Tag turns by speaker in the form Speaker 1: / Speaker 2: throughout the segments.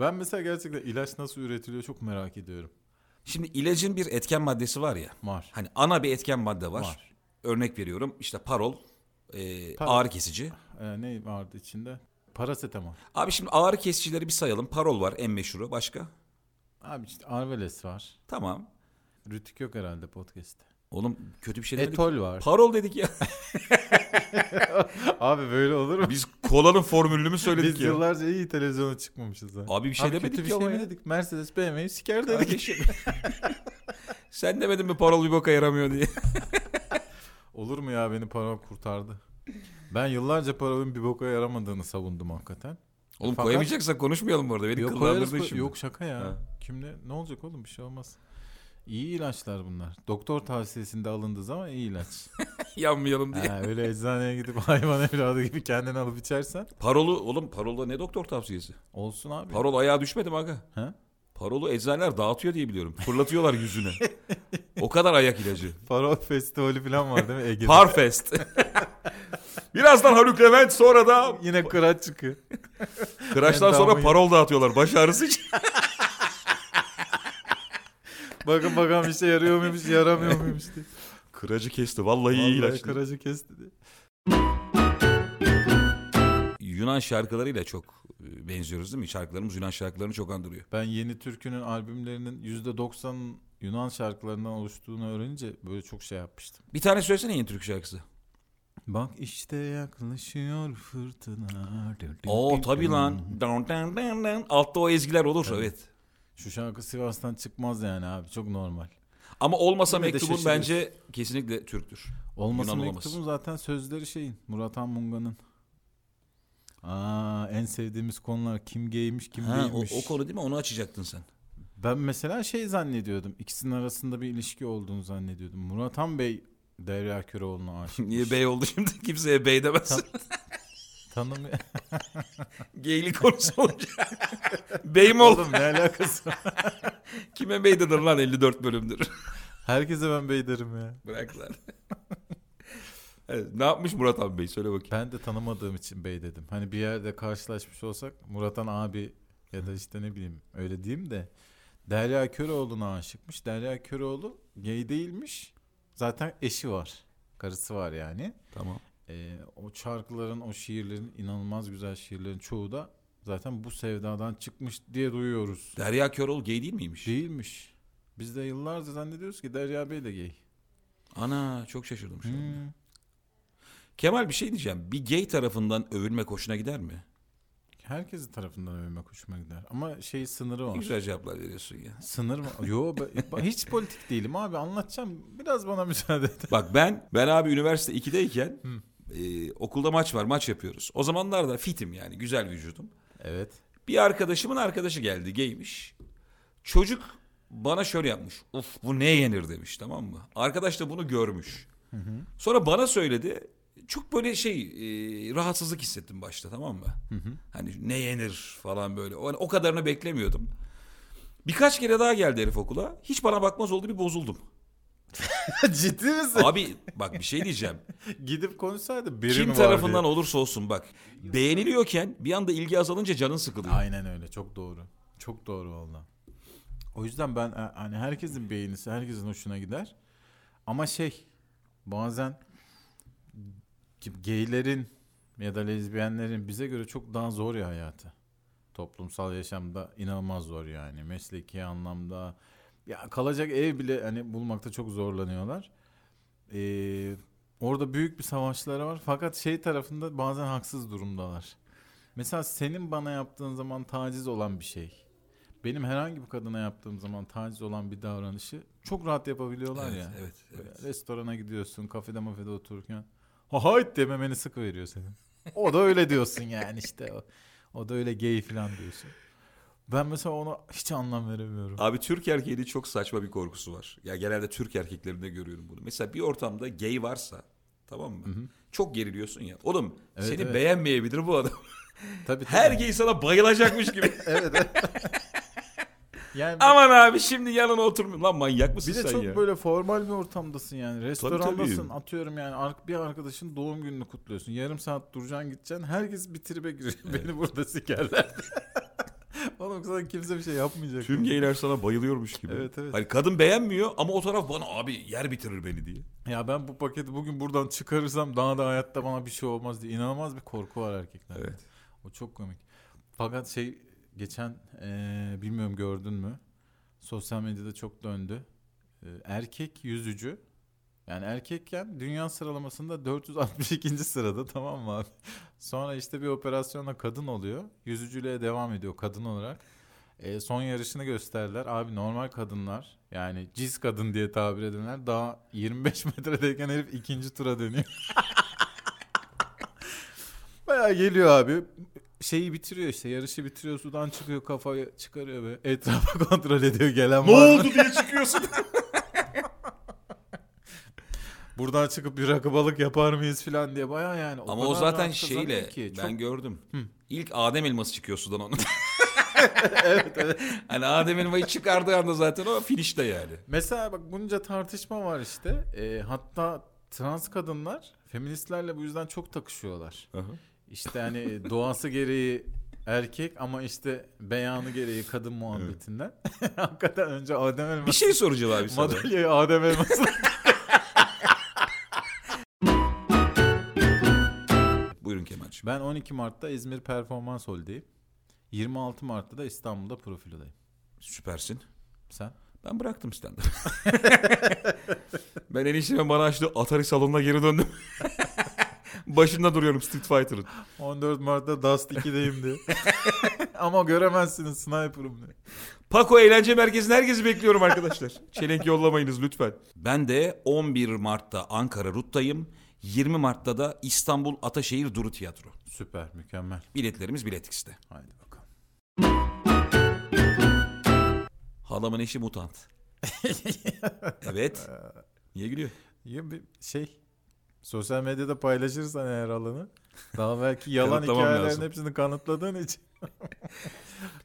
Speaker 1: Ben mesela gerçekten ilaç nasıl üretiliyor çok merak ediyorum.
Speaker 2: Şimdi ilacın bir etken maddesi var ya.
Speaker 1: Var.
Speaker 2: Hani ana bir etken madde var.
Speaker 1: Var.
Speaker 2: Örnek veriyorum işte parol, e,
Speaker 1: Parol.
Speaker 2: ağrı kesici.
Speaker 1: Ee, ne vardı içinde? Parasetamol.
Speaker 2: Abi şimdi ağrı kesicileri bir sayalım. Parol var en meşhuru. Başka?
Speaker 1: Abi işte Arveles var.
Speaker 2: Tamam.
Speaker 1: Rütük yok herhalde podcast'te.
Speaker 2: Oğlum kötü bir şey demedik.
Speaker 1: Etol var.
Speaker 2: Parol dedik ya.
Speaker 1: Abi böyle olur mu?
Speaker 2: Biz kolanın formülünü mü şey söyledik
Speaker 1: Biz
Speaker 2: ya?
Speaker 1: yıllarca iyi televizyona çıkmamışız. Ha.
Speaker 2: Abi bir şey
Speaker 1: Abi
Speaker 2: demedik
Speaker 1: kötü bir
Speaker 2: ya ama
Speaker 1: şey mi
Speaker 2: ya.
Speaker 1: dedik? Mercedes BMW'yi siker dedik.
Speaker 2: Kardeşim. Sen demedin mi parol bir boka yaramıyor diye.
Speaker 1: Olur mu ya beni parol kurtardı. Ben yıllarca parolun bir boka yaramadığını savundum hakikaten.
Speaker 2: Oğlum
Speaker 1: Fakat-
Speaker 2: koyamayacaksan konuşmayalım bu arada. Beni
Speaker 1: Yok, koyarız,
Speaker 2: kıllandırdın
Speaker 1: koy-
Speaker 2: şimdi.
Speaker 1: yok şaka ya.
Speaker 2: Ha.
Speaker 1: Kimle ne olacak oğlum bir şey olmaz. İyi ilaçlar bunlar. Doktor tavsiyesinde alındığı zaman iyi ilaç.
Speaker 2: Yanmayalım diye.
Speaker 1: ha, öyle eczaneye gidip hayvan evladı gibi kendini alıp içersen
Speaker 2: Parolu oğlum parolda ne doktor tavsiyesi?
Speaker 1: olsun abi.
Speaker 2: Parol ayağa düşmedi mi aga?
Speaker 1: Ha?
Speaker 2: Parolu eczaneler dağıtıyor diye biliyorum. Fırlatıyorlar yüzüne. o kadar ayak ilacı.
Speaker 1: Parol festivali falan var değil mi Ege'de?
Speaker 2: Parfest. Birazdan Haluk Levent sonra da
Speaker 1: Yine kıraç çıkıyor.
Speaker 2: Kıraçtan sonra
Speaker 1: Endamı-
Speaker 2: parol dağıtıyorlar. Baş ağrısı için.
Speaker 1: Bakın bakalım işe yarıyor muymuş yaramıyor muymuş diye.
Speaker 2: Kıracı kesti. Vallahi, iyi
Speaker 1: Vallahi
Speaker 2: ilaç.
Speaker 1: kıracı kesti diye.
Speaker 2: Yunan şarkılarıyla çok e, benziyoruz değil mi? Şarkılarımız Yunan şarkılarını çok andırıyor.
Speaker 1: Ben Yeni Türkü'nün albümlerinin %90 Yunan şarkılarından oluştuğunu öğrenince böyle çok şey yapmıştım.
Speaker 2: Bir tane söylesene yeni türkü şarkısı.
Speaker 1: Bak işte yaklaşıyor fırtına.
Speaker 2: Oo tabii lan. Dan, dan, dan, dan. Altta o ezgiler olur evet.
Speaker 1: Şu şarkı Sivas'tan çıkmaz yani abi çok normal.
Speaker 2: Ama olmasa
Speaker 1: Yine de
Speaker 2: mektubun
Speaker 1: şaşırıyoruz.
Speaker 2: bence kesinlikle Türktür.
Speaker 1: Olmasın
Speaker 2: Yunan
Speaker 1: mektubun zaten sözleri şeyin Murat Han Munga'nın. Aa en sevdiğimiz konular kim geymiş kim
Speaker 2: Ha, o,
Speaker 1: değilmiş.
Speaker 2: o konu değil mi? Onu açacaktın sen.
Speaker 1: Ben mesela şey zannediyordum. ikisinin arasında bir ilişki olduğunu zannediyordum. Murat Han Bey Derya Köroğlu'na aşık.
Speaker 2: Niye bey oldu şimdi? Kimseye bey demezsin.
Speaker 1: Tanım
Speaker 2: Geylik konusu olunca. bey mi oldu?
Speaker 1: Oğlum ne alakası var?
Speaker 2: Kime bey denir lan 54 bölümdür.
Speaker 1: Herkese ben bey derim ya.
Speaker 2: Bırak lan. Evet, ne yapmış Murat abi bey? Söyle bakayım.
Speaker 1: Ben de tanımadığım için bey dedim. Hani bir yerde karşılaşmış olsak Muratan abi ya da işte ne bileyim öyle diyeyim de Derya Köroğlu'na aşıkmış. Derya Köroğlu gay değilmiş. Zaten eşi var. Karısı var yani.
Speaker 2: Tamam.
Speaker 1: Ee, o şarkıların, o şiirlerin, inanılmaz güzel şiirlerin çoğu da zaten bu sevdadan çıkmış diye duyuyoruz.
Speaker 2: Derya Köroğlu gay değil miymiş?
Speaker 1: Değilmiş. Biz de yıllarca zannediyoruz ki Derya Bey de gay.
Speaker 2: Ana çok şaşırdım şu an.
Speaker 1: Hmm.
Speaker 2: Kemal bir şey diyeceğim. Bir gay tarafından övülmek hoşuna gider mi?
Speaker 1: Herkesi tarafından övmek hoşuma gider. Ama şey sınırı var.
Speaker 2: Güzel cevaplar veriyorsun ya.
Speaker 1: Sınır mı? Yo ben- ben hiç politik değilim abi anlatacağım. Biraz bana müsaade et.
Speaker 2: Bak ben ben abi üniversite 2'deyken e, okulda maç var maç yapıyoruz. O zamanlar da fitim yani güzel vücudum.
Speaker 1: Evet.
Speaker 2: Bir arkadaşımın arkadaşı geldi geymiş. Çocuk bana şöyle yapmış. Of bu ne yenir demiş tamam mı? Arkadaş da bunu görmüş. Sonra bana söyledi. Çok böyle şey e, rahatsızlık hissettim başta tamam mı? Hani ne yenir falan böyle. O, o kadarını beklemiyordum. Birkaç kere daha geldi herif okula. Hiç bana bakmaz oldu bir bozuldum.
Speaker 1: Ciddi misin?
Speaker 2: Abi bak bir şey diyeceğim.
Speaker 1: Gidip konuşsaydı biri mi
Speaker 2: Kim
Speaker 1: var
Speaker 2: tarafından
Speaker 1: diye.
Speaker 2: olursa olsun bak. Beğeniliyorken bir anda ilgi azalınca canın sıkılıyor.
Speaker 1: Aynen öyle çok doğru. Çok doğru valla. O yüzden ben e, hani herkesin beğenisi herkesin hoşuna gider. Ama şey bazen ki- geylerin ya da lezbiyenlerin bize göre çok daha zor ya hayatı. Toplumsal yaşamda inanılmaz zor yani. Mesleki anlamda ya kalacak ev bile hani bulmakta çok zorlanıyorlar. Ee, orada büyük bir savaşları var. Fakat şey tarafında bazen haksız durumdalar. Mesela senin bana yaptığın zaman taciz olan bir şey. Benim herhangi bir kadına yaptığım zaman taciz olan bir davranışı çok rahat yapabiliyorlar
Speaker 2: Evet,
Speaker 1: ya.
Speaker 2: evet, evet.
Speaker 1: Böyle Restorana gidiyorsun, kafede mafede otururken. Ha hayt dememeni sıkı veriyor senin. O da öyle diyorsun yani işte. O, o da öyle gay falan diyorsun. Ben mesela ona hiç anlam veremiyorum.
Speaker 2: Abi Türk erkeğinin çok saçma bir korkusu var. Ya genelde Türk erkeklerinde görüyorum bunu. Mesela bir ortamda gay varsa tamam mı? Çok geriliyorsun ya. Oğlum
Speaker 1: Evet,
Speaker 2: seni
Speaker 1: evet.
Speaker 2: beğenmeyebilir bu adam.
Speaker 1: Tabii, tabii.
Speaker 2: Her gay sana bayılacakmış gibi.
Speaker 1: yani
Speaker 2: Aman abi şimdi yanına oturmuyor. Lan manyak mısın
Speaker 1: bir de
Speaker 2: sen
Speaker 1: çok
Speaker 2: ya?
Speaker 1: böyle formal bir ortamdasın yani. Restorandasın atıyorum yani ar- bir arkadaşın doğum gününü kutluyorsun. Yarım saat duracaksın gideceksin. Herkes bir tribe giriyor. Beni burada sikerler. Oğlum oğlum sana kimse bir şey yapmayacak.
Speaker 2: Tüm geyler sana bayılıyormuş gibi.
Speaker 1: Evet, evet.
Speaker 2: Hani kadın beğenmiyor ama o taraf bana abi yer bitirir beni diye.
Speaker 1: Ya ben bu paketi bugün buradan çıkarırsam daha da hayatta bana bir şey olmaz diye inanılmaz bir korku var erkeklerde.
Speaker 2: Evet.
Speaker 1: O çok komik. Fakat şey geçen eee, bilmiyorum gördün mü? Sosyal medyada çok döndü. Eee, Ee, erkek yüzücü yani erkekken dünya sıralamasında 462. sırada tamam mı abi? Sonra işte bir operasyonla kadın oluyor. Yüzücülüğe devam ediyor kadın olarak. Eee, son yarışını gösterdiler. Abi normal kadınlar yani cis kadın diye tabir edilenler daha 25 metredeyken herif ikinci tura dönüyor. Bayağı geliyor abi şeyi bitiriyor işte yarışı bitiriyor sudan çıkıyor kafayı çıkarıyor ve etrafa kontrol ediyor gelen var mı?
Speaker 2: diye çıkıyorsun.
Speaker 1: Buradan çıkıp bir rakı balık yapar mıyız filan diye baya yani.
Speaker 2: ama
Speaker 1: kadar
Speaker 2: o zaten
Speaker 1: rahat kazanıyor
Speaker 2: şeyle
Speaker 1: ki. Çok-
Speaker 2: ben gördüm. İlk Adem elması çıkıyor sudan onun. Hani Adem elmayı çıkardığı anda zaten o finişte yani.
Speaker 1: Mesela bak bunca tartışma var işte. Ee, hatta trans kadınlar feministlerle bu yüzden çok takışıyorlar. İşte hani doğası gereği erkek ama işte beyanı gereği kadın muhabbetinden. Hakikaten önce Adem
Speaker 2: Bir
Speaker 1: Elmas.
Speaker 2: şey soracağım abi sana.
Speaker 1: Madalyayı Adem Elmas
Speaker 2: Buyurun Kemal'cim.
Speaker 1: Ben 12 Mart'ta İzmir Performans Hall'deyim. 26 Mart'ta da İstanbul'da profilodayım.
Speaker 2: Süpersin.
Speaker 1: Sen?
Speaker 2: Ben bıraktım stand ben enişteme bana açtı Atari salonuna geri döndüm. Başında duruyorum Street Fighter'ın.
Speaker 1: 14 Mart'ta Dust 2'deyim diye. Ama göremezsiniz sniper'ım diye.
Speaker 2: Paco Eğlence Merkezi'ne herkesi bekliyorum arkadaşlar. Çelenk yollamayınız lütfen. Ben de 11 Mart'ta Ankara Rut'tayım. 20 Mart'ta da İstanbul Ataşehir Duru Tiyatro.
Speaker 1: Süper, mükemmel.
Speaker 2: Biletlerimiz biletikste.
Speaker 1: Haydi bakalım.
Speaker 2: Halamın eşi mutant. evet. Niye gülüyor?
Speaker 1: Ya bir şey, sosyal medyada paylaşırsan eğer alanı, daha belki yalan
Speaker 2: Kanıtlamam
Speaker 1: hikayelerin
Speaker 2: lazım.
Speaker 1: hepsini kanıtladığın için.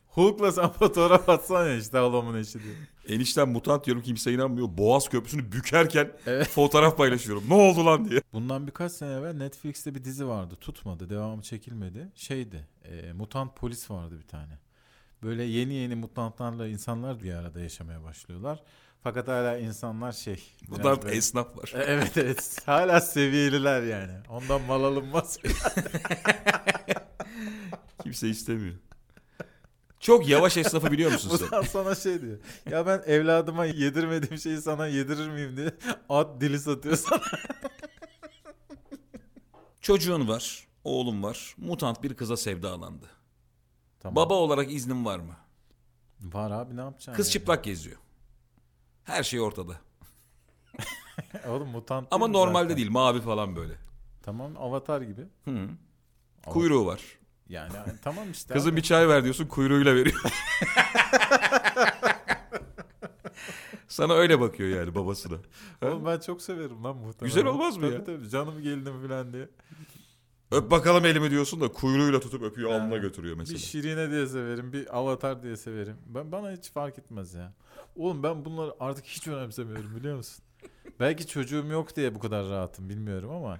Speaker 1: Hulk'la sen fotoğraf atsan ya işte halamın eşi diye.
Speaker 2: Enişten mutant diyorum kimse inanmıyor. Boğaz Köprüsü'nü bükerken
Speaker 1: Evet.
Speaker 2: fotoğraf paylaşıyorum. Ne oldu lan diye.
Speaker 1: Bundan birkaç sene evvel Netflix'te bir dizi vardı. Tutmadı, devamı çekilmedi. Şeydi, e, mutant polis vardı bir tane. Böyle yeni yeni mutantlarla insanlar bir arada yaşamaya başlıyorlar. Fakat hala insanlar şey... biraz
Speaker 2: Mutant
Speaker 1: böyle-
Speaker 2: esnaf var.
Speaker 1: E, Evet evet. Hala seviyeliler yani. Ondan mal alınmaz.
Speaker 2: Kimse istemiyor. Çok yavaş esnafı biliyor musun sen?
Speaker 1: Mutant sana şey diyor. Ya ben evladıma yedirmediğim şeyi sana yedirir miyim diye at dili satıyor sana.
Speaker 2: Çocuğun var, oğlum var. Mutant bir kıza sevdalandı.
Speaker 1: Tamam.
Speaker 2: Baba olarak iznin var mı?
Speaker 1: Var abi ne yapacaksın?
Speaker 2: Kız
Speaker 1: yani?
Speaker 2: çıplak geziyor. Her şey ortada.
Speaker 1: Oğlum mutant
Speaker 2: Ama
Speaker 1: mi
Speaker 2: normalde
Speaker 1: zaten?
Speaker 2: değil, mavi falan böyle.
Speaker 1: Tamam avatar gibi.
Speaker 2: Hı. Kuyruğu var.
Speaker 1: Yani tamam işte.
Speaker 2: Kızın
Speaker 1: abi.
Speaker 2: bir çay ver diyorsun, kuyruğuyla veriyor. Sana öyle bakıyor yani babasına.
Speaker 1: Oğlum ben çok severim lan muhtemelen.
Speaker 2: Güzel olmaz mı
Speaker 1: Tabii
Speaker 2: ya?
Speaker 1: Tabii canım gelinim falan diye.
Speaker 2: Öp bakalım elimi diyorsun da kuyruğuyla tutup öpüyor, alnına götürüyor
Speaker 1: Bir şey-
Speaker 2: mesela.
Speaker 1: Şirine diye severim, bir Avatar diye severim. Ben bana hiç fark etmez ya. Oğlum ben bunları artık hiç önemsemiyorum biliyor musun? Belki çocuğum yok diye bu kadar rahatım bilmiyorum ama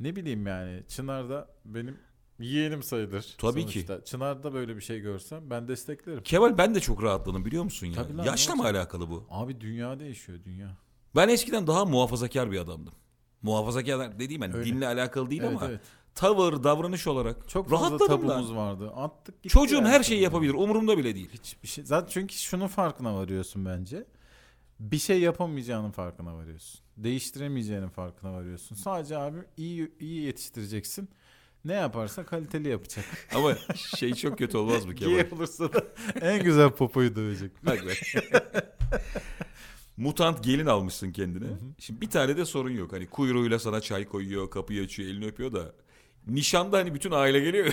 Speaker 1: ne bileyim yani Çınar da benim yeğenim sayılır.
Speaker 2: Tabii ki.
Speaker 1: ki. Çınar'da böyle bir şey görsem ben desteklerim.
Speaker 2: Kemal ben de çok rahatladım biliyor musun ya?
Speaker 1: Tabii lan,
Speaker 2: Yaşla
Speaker 1: ne
Speaker 2: mı alakalı bu?
Speaker 1: Abi dünya değişiyor dünya.
Speaker 2: Ben eskiden daha muhafazakar bir adamdım. Muhafazakar dediğim yani
Speaker 1: Öyle.
Speaker 2: dinle alakalı değil
Speaker 1: Evet
Speaker 2: ama
Speaker 1: evet.
Speaker 2: tavır, davranış olarak
Speaker 1: Çok fazla
Speaker 2: rahatladım
Speaker 1: tabumuz
Speaker 2: ben.
Speaker 1: vardı. Attık gitti
Speaker 2: Çocuğum
Speaker 1: yani
Speaker 2: her şeyi
Speaker 1: tabii.
Speaker 2: yapabilir. Umurumda bile değil.
Speaker 1: Hiçbir şey. Zaten çünkü şunun farkına varıyorsun bence. Bir şey yapamayacağının farkına varıyorsun. Değiştiremeyeceğinin farkına varıyorsun. Sadece abi iyi iyi yetiştireceksin. Ne yaparsa kaliteli yapacak.
Speaker 2: Ama şey çok kötü olmaz mı Kemal?
Speaker 1: Gay olursa da en güzel popoyu dövecek.
Speaker 2: Bak be. Mutant gelin almışsın kendine. Şimdi bir tane de sorun yok. Hani kuyruğuyla sana çay koyuyor, kapıyı açıyor, elini öpüyor da nişanda hani bütün aile geliyor.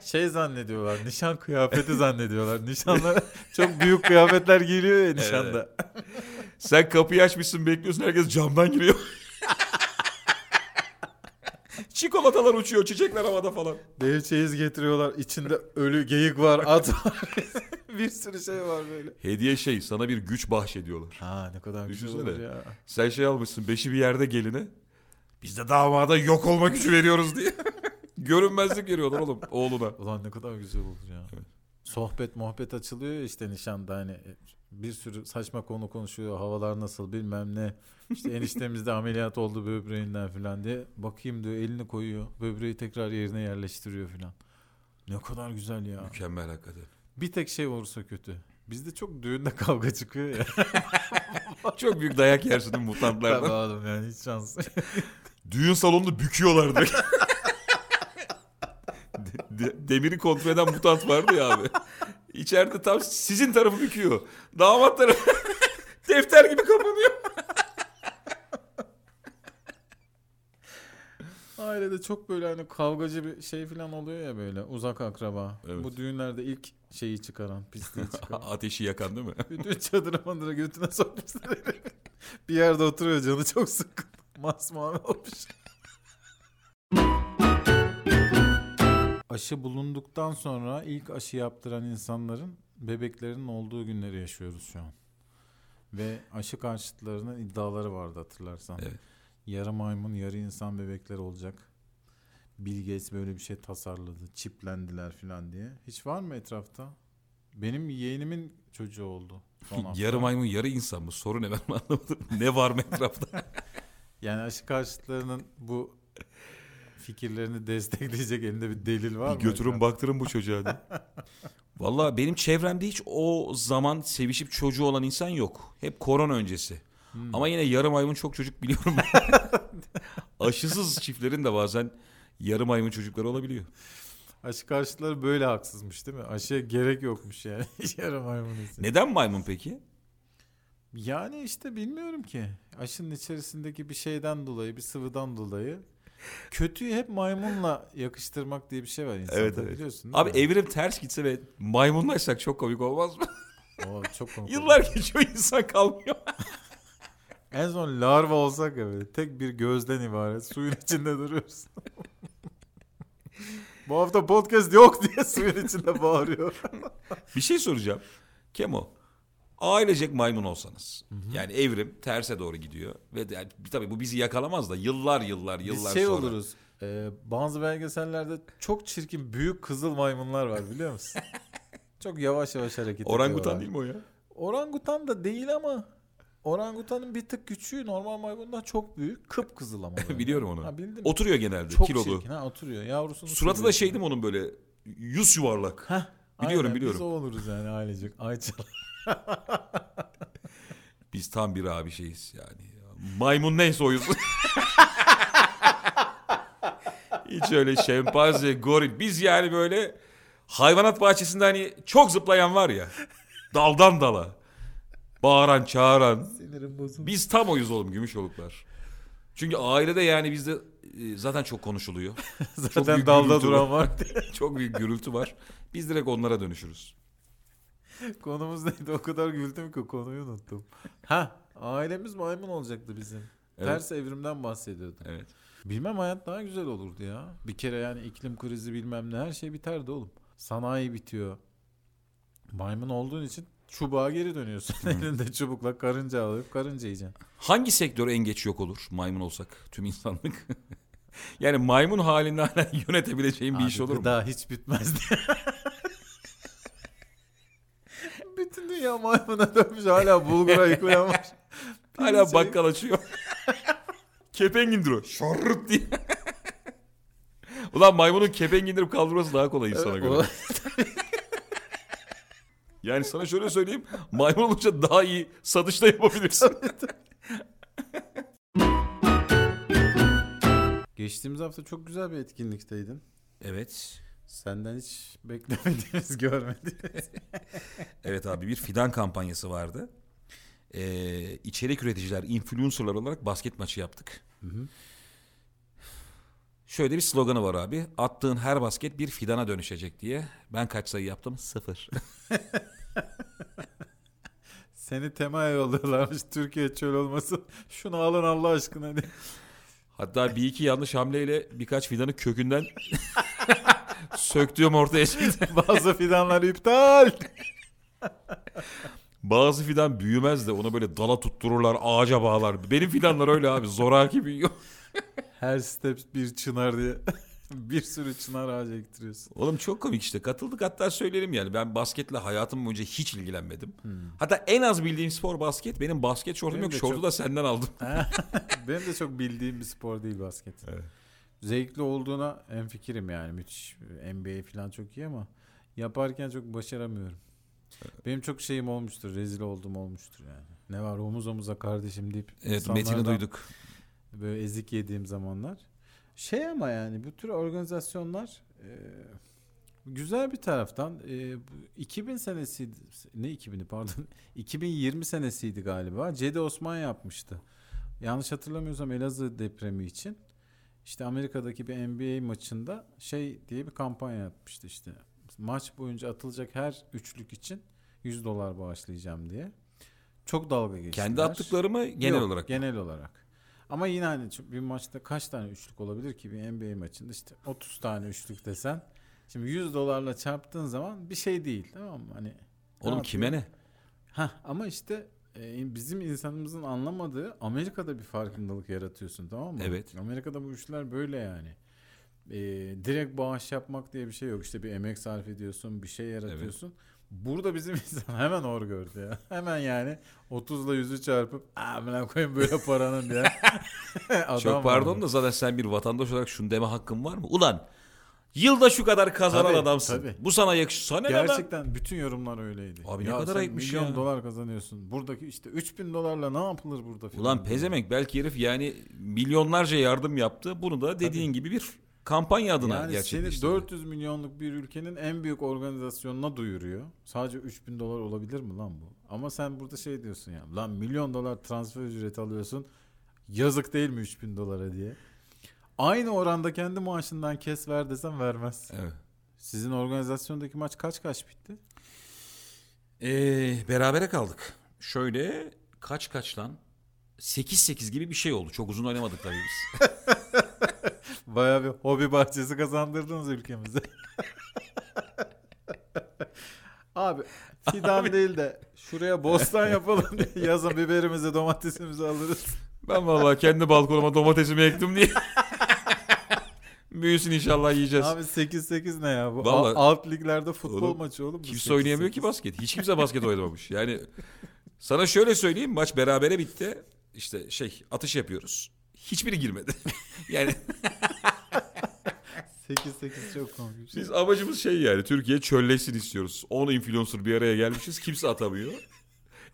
Speaker 1: Şey zannediyorlar. Nişan kıyafeti zannediyorlar. Nişanlara çok büyük kıyafetler giyiliyor ya nişanda.
Speaker 2: Sen kapıyı açmışsın bekliyorsun herkes camdan giriyor. Çikolatalar uçuyor, çiçekler havada falan.
Speaker 1: Dev çeyiz getiriyorlar. İçinde ölü geyik var, at var. bir sürü şey var böyle.
Speaker 2: Hediye şey sana bir güç bahşediyorlar.
Speaker 1: Ha ne kadar güzel
Speaker 2: Düşünsene.
Speaker 1: olur ya.
Speaker 2: Sen şey almışsın beşi bir yerde geline. Biz de damada yok olma gücü veriyoruz diye. Görünmezlik veriyorlar oğlum oğluna.
Speaker 1: Ulan ne kadar güzel olur ya. Sohbet muhabbet açılıyor ya işte nişanda hani e, bir sürü saçma konu konuşuyor. Havalar nasıl bilmem ne. İşte eniştemizde ameliyat oldu böbreğinden filan diye. Bakayım diyor elini koyuyor. Böbreği tekrar yerine yerleştiriyor filan. Ne kadar güzel ya.
Speaker 2: Mükemmel hakikaten.
Speaker 1: Bir tek şey olursa kötü. Bizde çok düğünde kavga çıkıyor ya.
Speaker 2: Çok büyük dayak yersin değil mi
Speaker 1: Tabii
Speaker 2: mutantlardan.
Speaker 1: oğlum yani hiç şans.
Speaker 2: Düğün salonunda büküyorlardı. De- de- demiri kontrol eden mutant vardı ya abi. İçeride tam sizin tarafı büküyor. Damat tarafı defter gibi kapanıyor.
Speaker 1: Ailede çok böyle hani kavgacı bir şey filan oluyor ya böyle uzak akraba.
Speaker 2: Evet.
Speaker 1: Bu düğünlerde ilk şeyi çıkaran, pisliği çıkaran.
Speaker 2: Ateşi yakan değil mi?
Speaker 1: Bütün çadıra mandıra götüne sokmuşlar. bir yerde oturuyor canı çok sıkkın. Masmavi olmuş. Aşı bulunduktan sonra ilk aşı yaptıran insanların bebeklerin olduğu günleri yaşıyoruz şu an. Ve aşı karşıtlarının iddiaları vardı hatırlarsan.
Speaker 2: Evet.
Speaker 1: Yarı maymun yarı insan bebekler olacak. Bill Gates böyle bir şey tasarladı. Çiplendiler falan diye. Hiç var mı etrafta? Benim yeğenimin çocuğu oldu. son hafta.
Speaker 2: Yarı maymun yarı insan mı? Soru ne ben onu anlamadım. Ne var mı etrafta?
Speaker 1: Yani aşı karşıtlarının bu fikirlerini destekleyecek elinde bir delil var mı? acaba?
Speaker 2: baktırın bu çocuğa diye. Valla benim çevremde hiç o zaman sevişip çocuğu olan insan yok. Hep korona öncesi.
Speaker 1: Hmm.
Speaker 2: Ama yine yarım maymun çok çocuk biliyorum. Aşısız çiftlerin de bazen yarım maymun çocukları olabiliyor.
Speaker 1: Aşı karşıtları böyle haksızmış değil mi? Aşıya gerek yokmuş yani. Yarı maymun için.
Speaker 2: Neden maymun peki?
Speaker 1: Yani işte bilmiyorum ki. Aşının içerisindeki bir şeyden dolayı, bir sıvıdan dolayı. Kötüyü hep maymunla yakıştırmak diye bir şey var insanda
Speaker 2: Evet, evet.
Speaker 1: biliyorsun. değil
Speaker 2: Abi
Speaker 1: mi?
Speaker 2: evrim ters gitse ve maymunlaşsak çok komik olmaz mı?
Speaker 1: Oo, çok komik.
Speaker 2: Yıllar geçiyor insan kalmıyor.
Speaker 1: En son larva olsak evet. Tek bir gözden ibaret. Suyun içinde duruyoruz. Bu hafta podcast yok diye suyun içinde bağırıyor.
Speaker 2: Bir şey soracağım. Kemo. Ailecek maymun olsanız. Yani evrim terse doğru gidiyor. Ve de- yani, tabii bu bizi yakalamaz da yıllar yıllar yıllar
Speaker 1: Biz şey
Speaker 2: sonra.
Speaker 1: oluruz. e, bazı belgesellerde çok çirkin büyük kızıl maymunlar var biliyor musun? çok yavaş yavaş hareket
Speaker 2: Orangutan
Speaker 1: ediyorlar.
Speaker 2: değil mi o ya?
Speaker 1: Orangutan da değil ama orangutanın bir tık küçüğü normal maymundan çok büyük. Kıpkızıl ama. böyle.
Speaker 2: Biliyorum onu.
Speaker 1: Ha, bildin mi?
Speaker 2: Oturuyor genelde
Speaker 1: Çok
Speaker 2: kilolu.
Speaker 1: çirkin ha oturuyor. Yavrusunu
Speaker 2: Suratı da
Speaker 1: seviyor.
Speaker 2: şey değil mi onun böyle yüz yuvarlak.
Speaker 1: Heh,
Speaker 2: Biliyorum,
Speaker 1: aynen,
Speaker 2: biliyorum.
Speaker 1: Biz o oluruz yani ailecek. Ayça
Speaker 2: Biz tam bir abi şeyiz yani. Maymun neyse oyuz. Hiç öyle şempanze, goril. Biz yani böyle hayvanat bahçesinde hani çok zıplayan var ya. Daldan dala. Bağıran, çağıran.
Speaker 1: sinirim bozuldu.
Speaker 2: Biz tam oyuz oğlum Gümüşoluklar. Çünkü ailede yani bizde e, zaten çok konuşuluyor. Çok
Speaker 1: Zaten
Speaker 2: büyük
Speaker 1: dalda
Speaker 2: gürültü
Speaker 1: duran var diye.
Speaker 2: çok büyük gürültü var. Biz direkt onlara dönüşürüz.
Speaker 1: Konumuz neydi? O kadar güldüm ki konuyu unuttum. Ha, ailemiz maymun olacaktı bizim.
Speaker 2: Evet.
Speaker 1: Ters evrimden bahsediyordum.
Speaker 2: Evet.
Speaker 1: Bilmem hayat daha güzel olurdu ya. Bir kere yani iklim krizi bilmem ne her şey biterdi oğlum. Sanayi bitiyor. Maymun olduğun için çubuğa geri dönüyorsun. Elinde çubukla karınca alıp karınca yiyeceksin.
Speaker 2: Hangi sektör en geç yok olur maymun olsak tüm insanlık? yani maymun halinde hala yönetebileceğim bir iş
Speaker 1: Abi
Speaker 2: olur mu?
Speaker 1: Gıda hiç bitmezdi. Bütün dünya maymuna dönmüş hala bulgura yıklayan var.
Speaker 2: Hala
Speaker 1: Pirinç
Speaker 2: bakkal açıyor. kepenk indiriyor. Şarrıt diye. Ulan maymunun kepenk indirip kaldırması daha kolay insana
Speaker 1: Evet,
Speaker 2: göre.
Speaker 1: Ee, o-
Speaker 2: Yani sana şöyle söyleyeyim. Maymun olunca daha iyi satışta yapabilirsin.
Speaker 1: Geçtiğimiz hafta çok güzel bir etkinlikteydin.
Speaker 2: evet.
Speaker 1: Senden hiç beklemediğimiz, görmediğimiz.
Speaker 2: Evet abi bir fidan kampanyası vardı. Ee, içerik üreticiler, influencerlar olarak basket maçı yaptık. Şöyle bir sloganı var abi. Attığın her basket bir fidana dönüşecek diye. Ben kaç sayı yaptım? Sıfır.
Speaker 1: Seni temaya yolluyorlarmış Türkiye çöl olmasın. Şunu alın Allah aşkına diye.
Speaker 2: Hatta bir iki yanlış hamleyle birkaç fidanı kökünden söktüğüm ortaya çıktı.
Speaker 1: Bazı fidanlar iptal.
Speaker 2: Bazı fidan büyümez de ona böyle dala tuttururlar, ağaca bağlar. Benim fidanlar öyle abi. Zoraki büyüyor.
Speaker 1: Her step bir çınar diye. bir sürü çınar ağacı ektiriyorsun.
Speaker 2: Oğlum çok komik işte. Katıldık hatta söyleyelim yani. Ben basketle hayatım boyunca hiç ilgilenmedim. Hatta en az bildiğim spor basket. Benim basket şortum
Speaker 1: Benim
Speaker 2: yok.
Speaker 1: de
Speaker 2: Şortu
Speaker 1: çok-
Speaker 2: da senden aldım.
Speaker 1: Benim de çok bildiğim bir spor değil basket.
Speaker 2: Evet.
Speaker 1: Zevkli olduğuna en fikirim yani müthiş. NBA falan çok iyi ama yaparken çok başaramıyorum. Benim çok şeyim olmuştur, rezil olduğum olmuştur yani. Ne var omuz omuza kardeşim deyip
Speaker 2: Evet metini
Speaker 1: insanlardan
Speaker 2: duyduk.
Speaker 1: Böyle ezik yediğim zamanlar. Şey ama yani bu tür organizasyonlar e, güzel bir taraftan e, bu 2000 senesiydi ne 2000'i pardon 2020 senesiydi galiba. Cedi Osman yapmıştı. Yanlış hatırlamıyorsam Elazığ depremi için işte Amerika'daki bir NBA maçında şey diye bir kampanya yapmıştı işte. Maç boyunca atılacak her üçlük için 100 dolar bağışlayacağım diye. Çok dalga geçtiler.
Speaker 2: Kendi attıklarımı genel
Speaker 1: Yok,
Speaker 2: olarak.
Speaker 1: Genel olarak. Ama yine hani çünkü bir maçta kaç tane üçlük olabilir ki bir NBA maçında işte 30 tane üçlük desen. Şimdi 100 dolarla çarptığın zaman bir şey değil tamam mı? Hani
Speaker 2: Oğlum kime ne?
Speaker 1: ha ama işte e, bizim insanımızın anlamadığı Amerika'da bir farkındalık yaratıyorsun tamam mı?
Speaker 2: Evet.
Speaker 1: Amerika'da bu işler böyle yani. E, direkt bağış yapmak diye bir şey yok. İşte bir emek sarf ediyorsun, bir şey yaratıyorsun. Burada bizim insan hemen hor gördü ya. Hemen yani 30'la 100'ü çarpıp amına koyayım böyle paranın diye. Adam
Speaker 2: Çok pardon
Speaker 1: oldu.
Speaker 2: da zaten sen bir vatandaş olarak şunu deme hakkın var mı? Ulan yılda şu kadar kazanan
Speaker 1: Tabii,
Speaker 2: adamsın.
Speaker 1: tabii.
Speaker 2: Bu sana yakışır. Sana ne lan?
Speaker 1: Gerçekten bütün yorumlar öyleydi.
Speaker 2: Abi ne kadar
Speaker 1: sen
Speaker 2: ayıpmış
Speaker 1: milyon
Speaker 2: ya.
Speaker 1: dolar kazanıyorsun. Buradaki işte 3000 dolarla ne yapılır burada filan.
Speaker 2: Ulan pezemek belki herif yani milyonlarca yardım yaptı. Bunu da dediğin gibi bir kampanya adına
Speaker 1: Yani seni
Speaker 2: gerçekleştirdi.
Speaker 1: 400 milyonluk bir ülkenin en büyük organizasyonuna duyuruyor. Sadece 3000 dolar olabilir mi lan bu? Ama sen burada şey diyorsun ya. Lan milyon dolar transfer ücreti alıyorsun. Yazık değil mi 3000 dolara diye. Aynı oranda kendi maaşından kes ver desem vermez.
Speaker 2: Evet.
Speaker 1: Sizin organizasyondaki maç kaç kaç bitti?
Speaker 2: Ee, berabere kaldık. Şöyle kaç kaç lan? 8-8 gibi bir şey oldu. Çok uzun oynamadık tabii biz.
Speaker 1: Bayağı bir hobi bahçesi kazandırdınız ülkemize. Abi fidan değil de şuraya bostan yapalım diye yazın biberimizi domatesimizi alırız.
Speaker 2: ben vallahi kendi balkonuma domatesimi ektim diye. Büyüsün inşallah yiyeceğiz.
Speaker 1: Abi 8-8 ne ya bu?
Speaker 2: Vallahi-
Speaker 1: Al- alt liglerde futbol
Speaker 2: Oğlum,
Speaker 1: maçı oğlum. bu
Speaker 2: Kimse
Speaker 1: 8-8.
Speaker 2: oynayamıyor ki basket. Hiç kimse basket oynamamış. Yani sana şöyle söyleyeyim maç berabere bitti. İşte şey atış yapıyoruz. Hiçbiri girmedi. yani
Speaker 1: 8-8 çok komik bir şey.
Speaker 2: biz amacımız şey yani Türkiye çölleşsin istiyoruz. 10 influencer bir araya gelmişiz. Kimse atamıyor.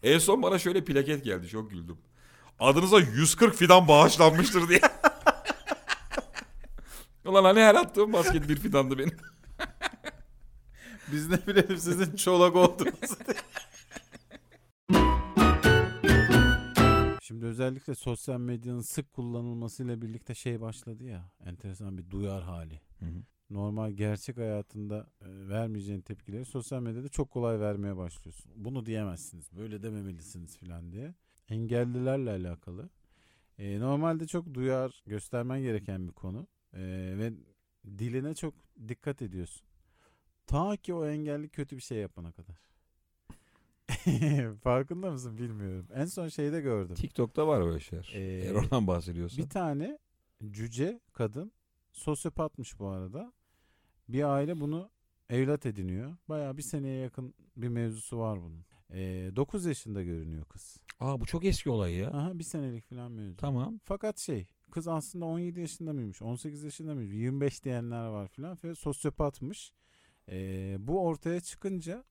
Speaker 2: En son bana şöyle plaket geldi. Çok güldüm. Adınıza 140 fidan bağışlanmıştır diye. Ulan hani her attığım basket bir fidandı benim.
Speaker 1: Biz ne bilelim sizin çolak olduğunuzu Şimdi özellikle sosyal medyanın sık kullanılmasıyla birlikte şey başladı ya enteresan bir duyar hali.
Speaker 2: Hı hı.
Speaker 1: Normal gerçek hayatında e, vermeyeceğin tepkileri sosyal medyada çok kolay vermeye başlıyorsun. Bunu diyemezsiniz, böyle dememelisiniz filan diye. Engellilerle alakalı. E, normalde çok duyar göstermen gereken bir konu E, ve diline çok dikkat ediyorsun. Ta ki o engelli kötü bir şey yapana kadar. Farkında mısın bilmiyorum. En son şeyde gördüm.
Speaker 2: TikTok'ta var böyle şeyler.
Speaker 1: Ee,
Speaker 2: Eğer oradan bahsediyorsan.
Speaker 1: Bir tane cüce kadın sosyopatmış bu arada. Bir aile bunu evlat ediniyor. Bayağı bir seneye yakın bir mevzusu var bunun. Ee, 9 yaşında görünüyor kız.
Speaker 2: Aa bu çok eski olay ya.
Speaker 1: Aha bir senelik falan mevzu.
Speaker 2: Tamam.
Speaker 1: Fakat şey kız aslında 17 yaşında mıymış 18 yaşında mıymış 25 diyenler var filan ve sosyopatmış. Ee, bu ortaya çıkınca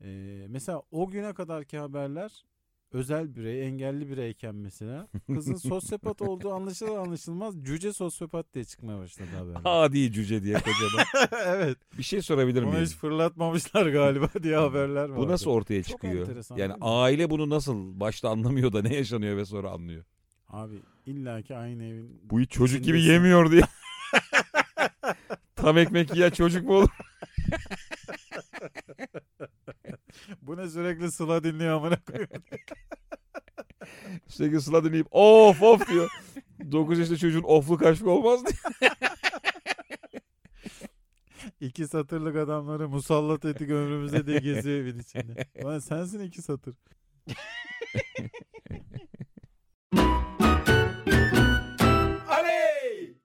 Speaker 1: e, mesela o güne kadarki haberler özel birey engelli bireyken mesela kızın sosyopat olduğu anlaşılır anlaşılmaz cüce sosyopat diye çıkmaya başladı haberler.
Speaker 2: Adi cüce diye kocaman.
Speaker 1: evet
Speaker 2: bir şey sorabilir
Speaker 1: bunu
Speaker 2: miyim?
Speaker 1: hiç fırlatmamışlar galiba diye haberler var.
Speaker 2: Bu nasıl ortaya
Speaker 1: Çok
Speaker 2: çıkıyor?
Speaker 1: enteresan
Speaker 2: Yani
Speaker 1: değil mi?
Speaker 2: aile bunu nasıl başta anlamıyor da ne yaşanıyor ve sonra anlıyor.
Speaker 1: Abi illaki aynı evin
Speaker 2: Bu hiç çocuk gibi
Speaker 1: İçindesin.
Speaker 2: yemiyor diye. Tam ekmek yiyen çocuk mu olur?
Speaker 1: bu ne sürekli sıla dinliyor amına koyayım.
Speaker 2: Sürekli sıla dinleyip of of diyor. 9 yaşında çocuğun oflu kaşık olmaz diye.
Speaker 1: İki satırlık adamları musallat ettik ömrümüze diye geziyor evin içinde. Lan sensin iki satır.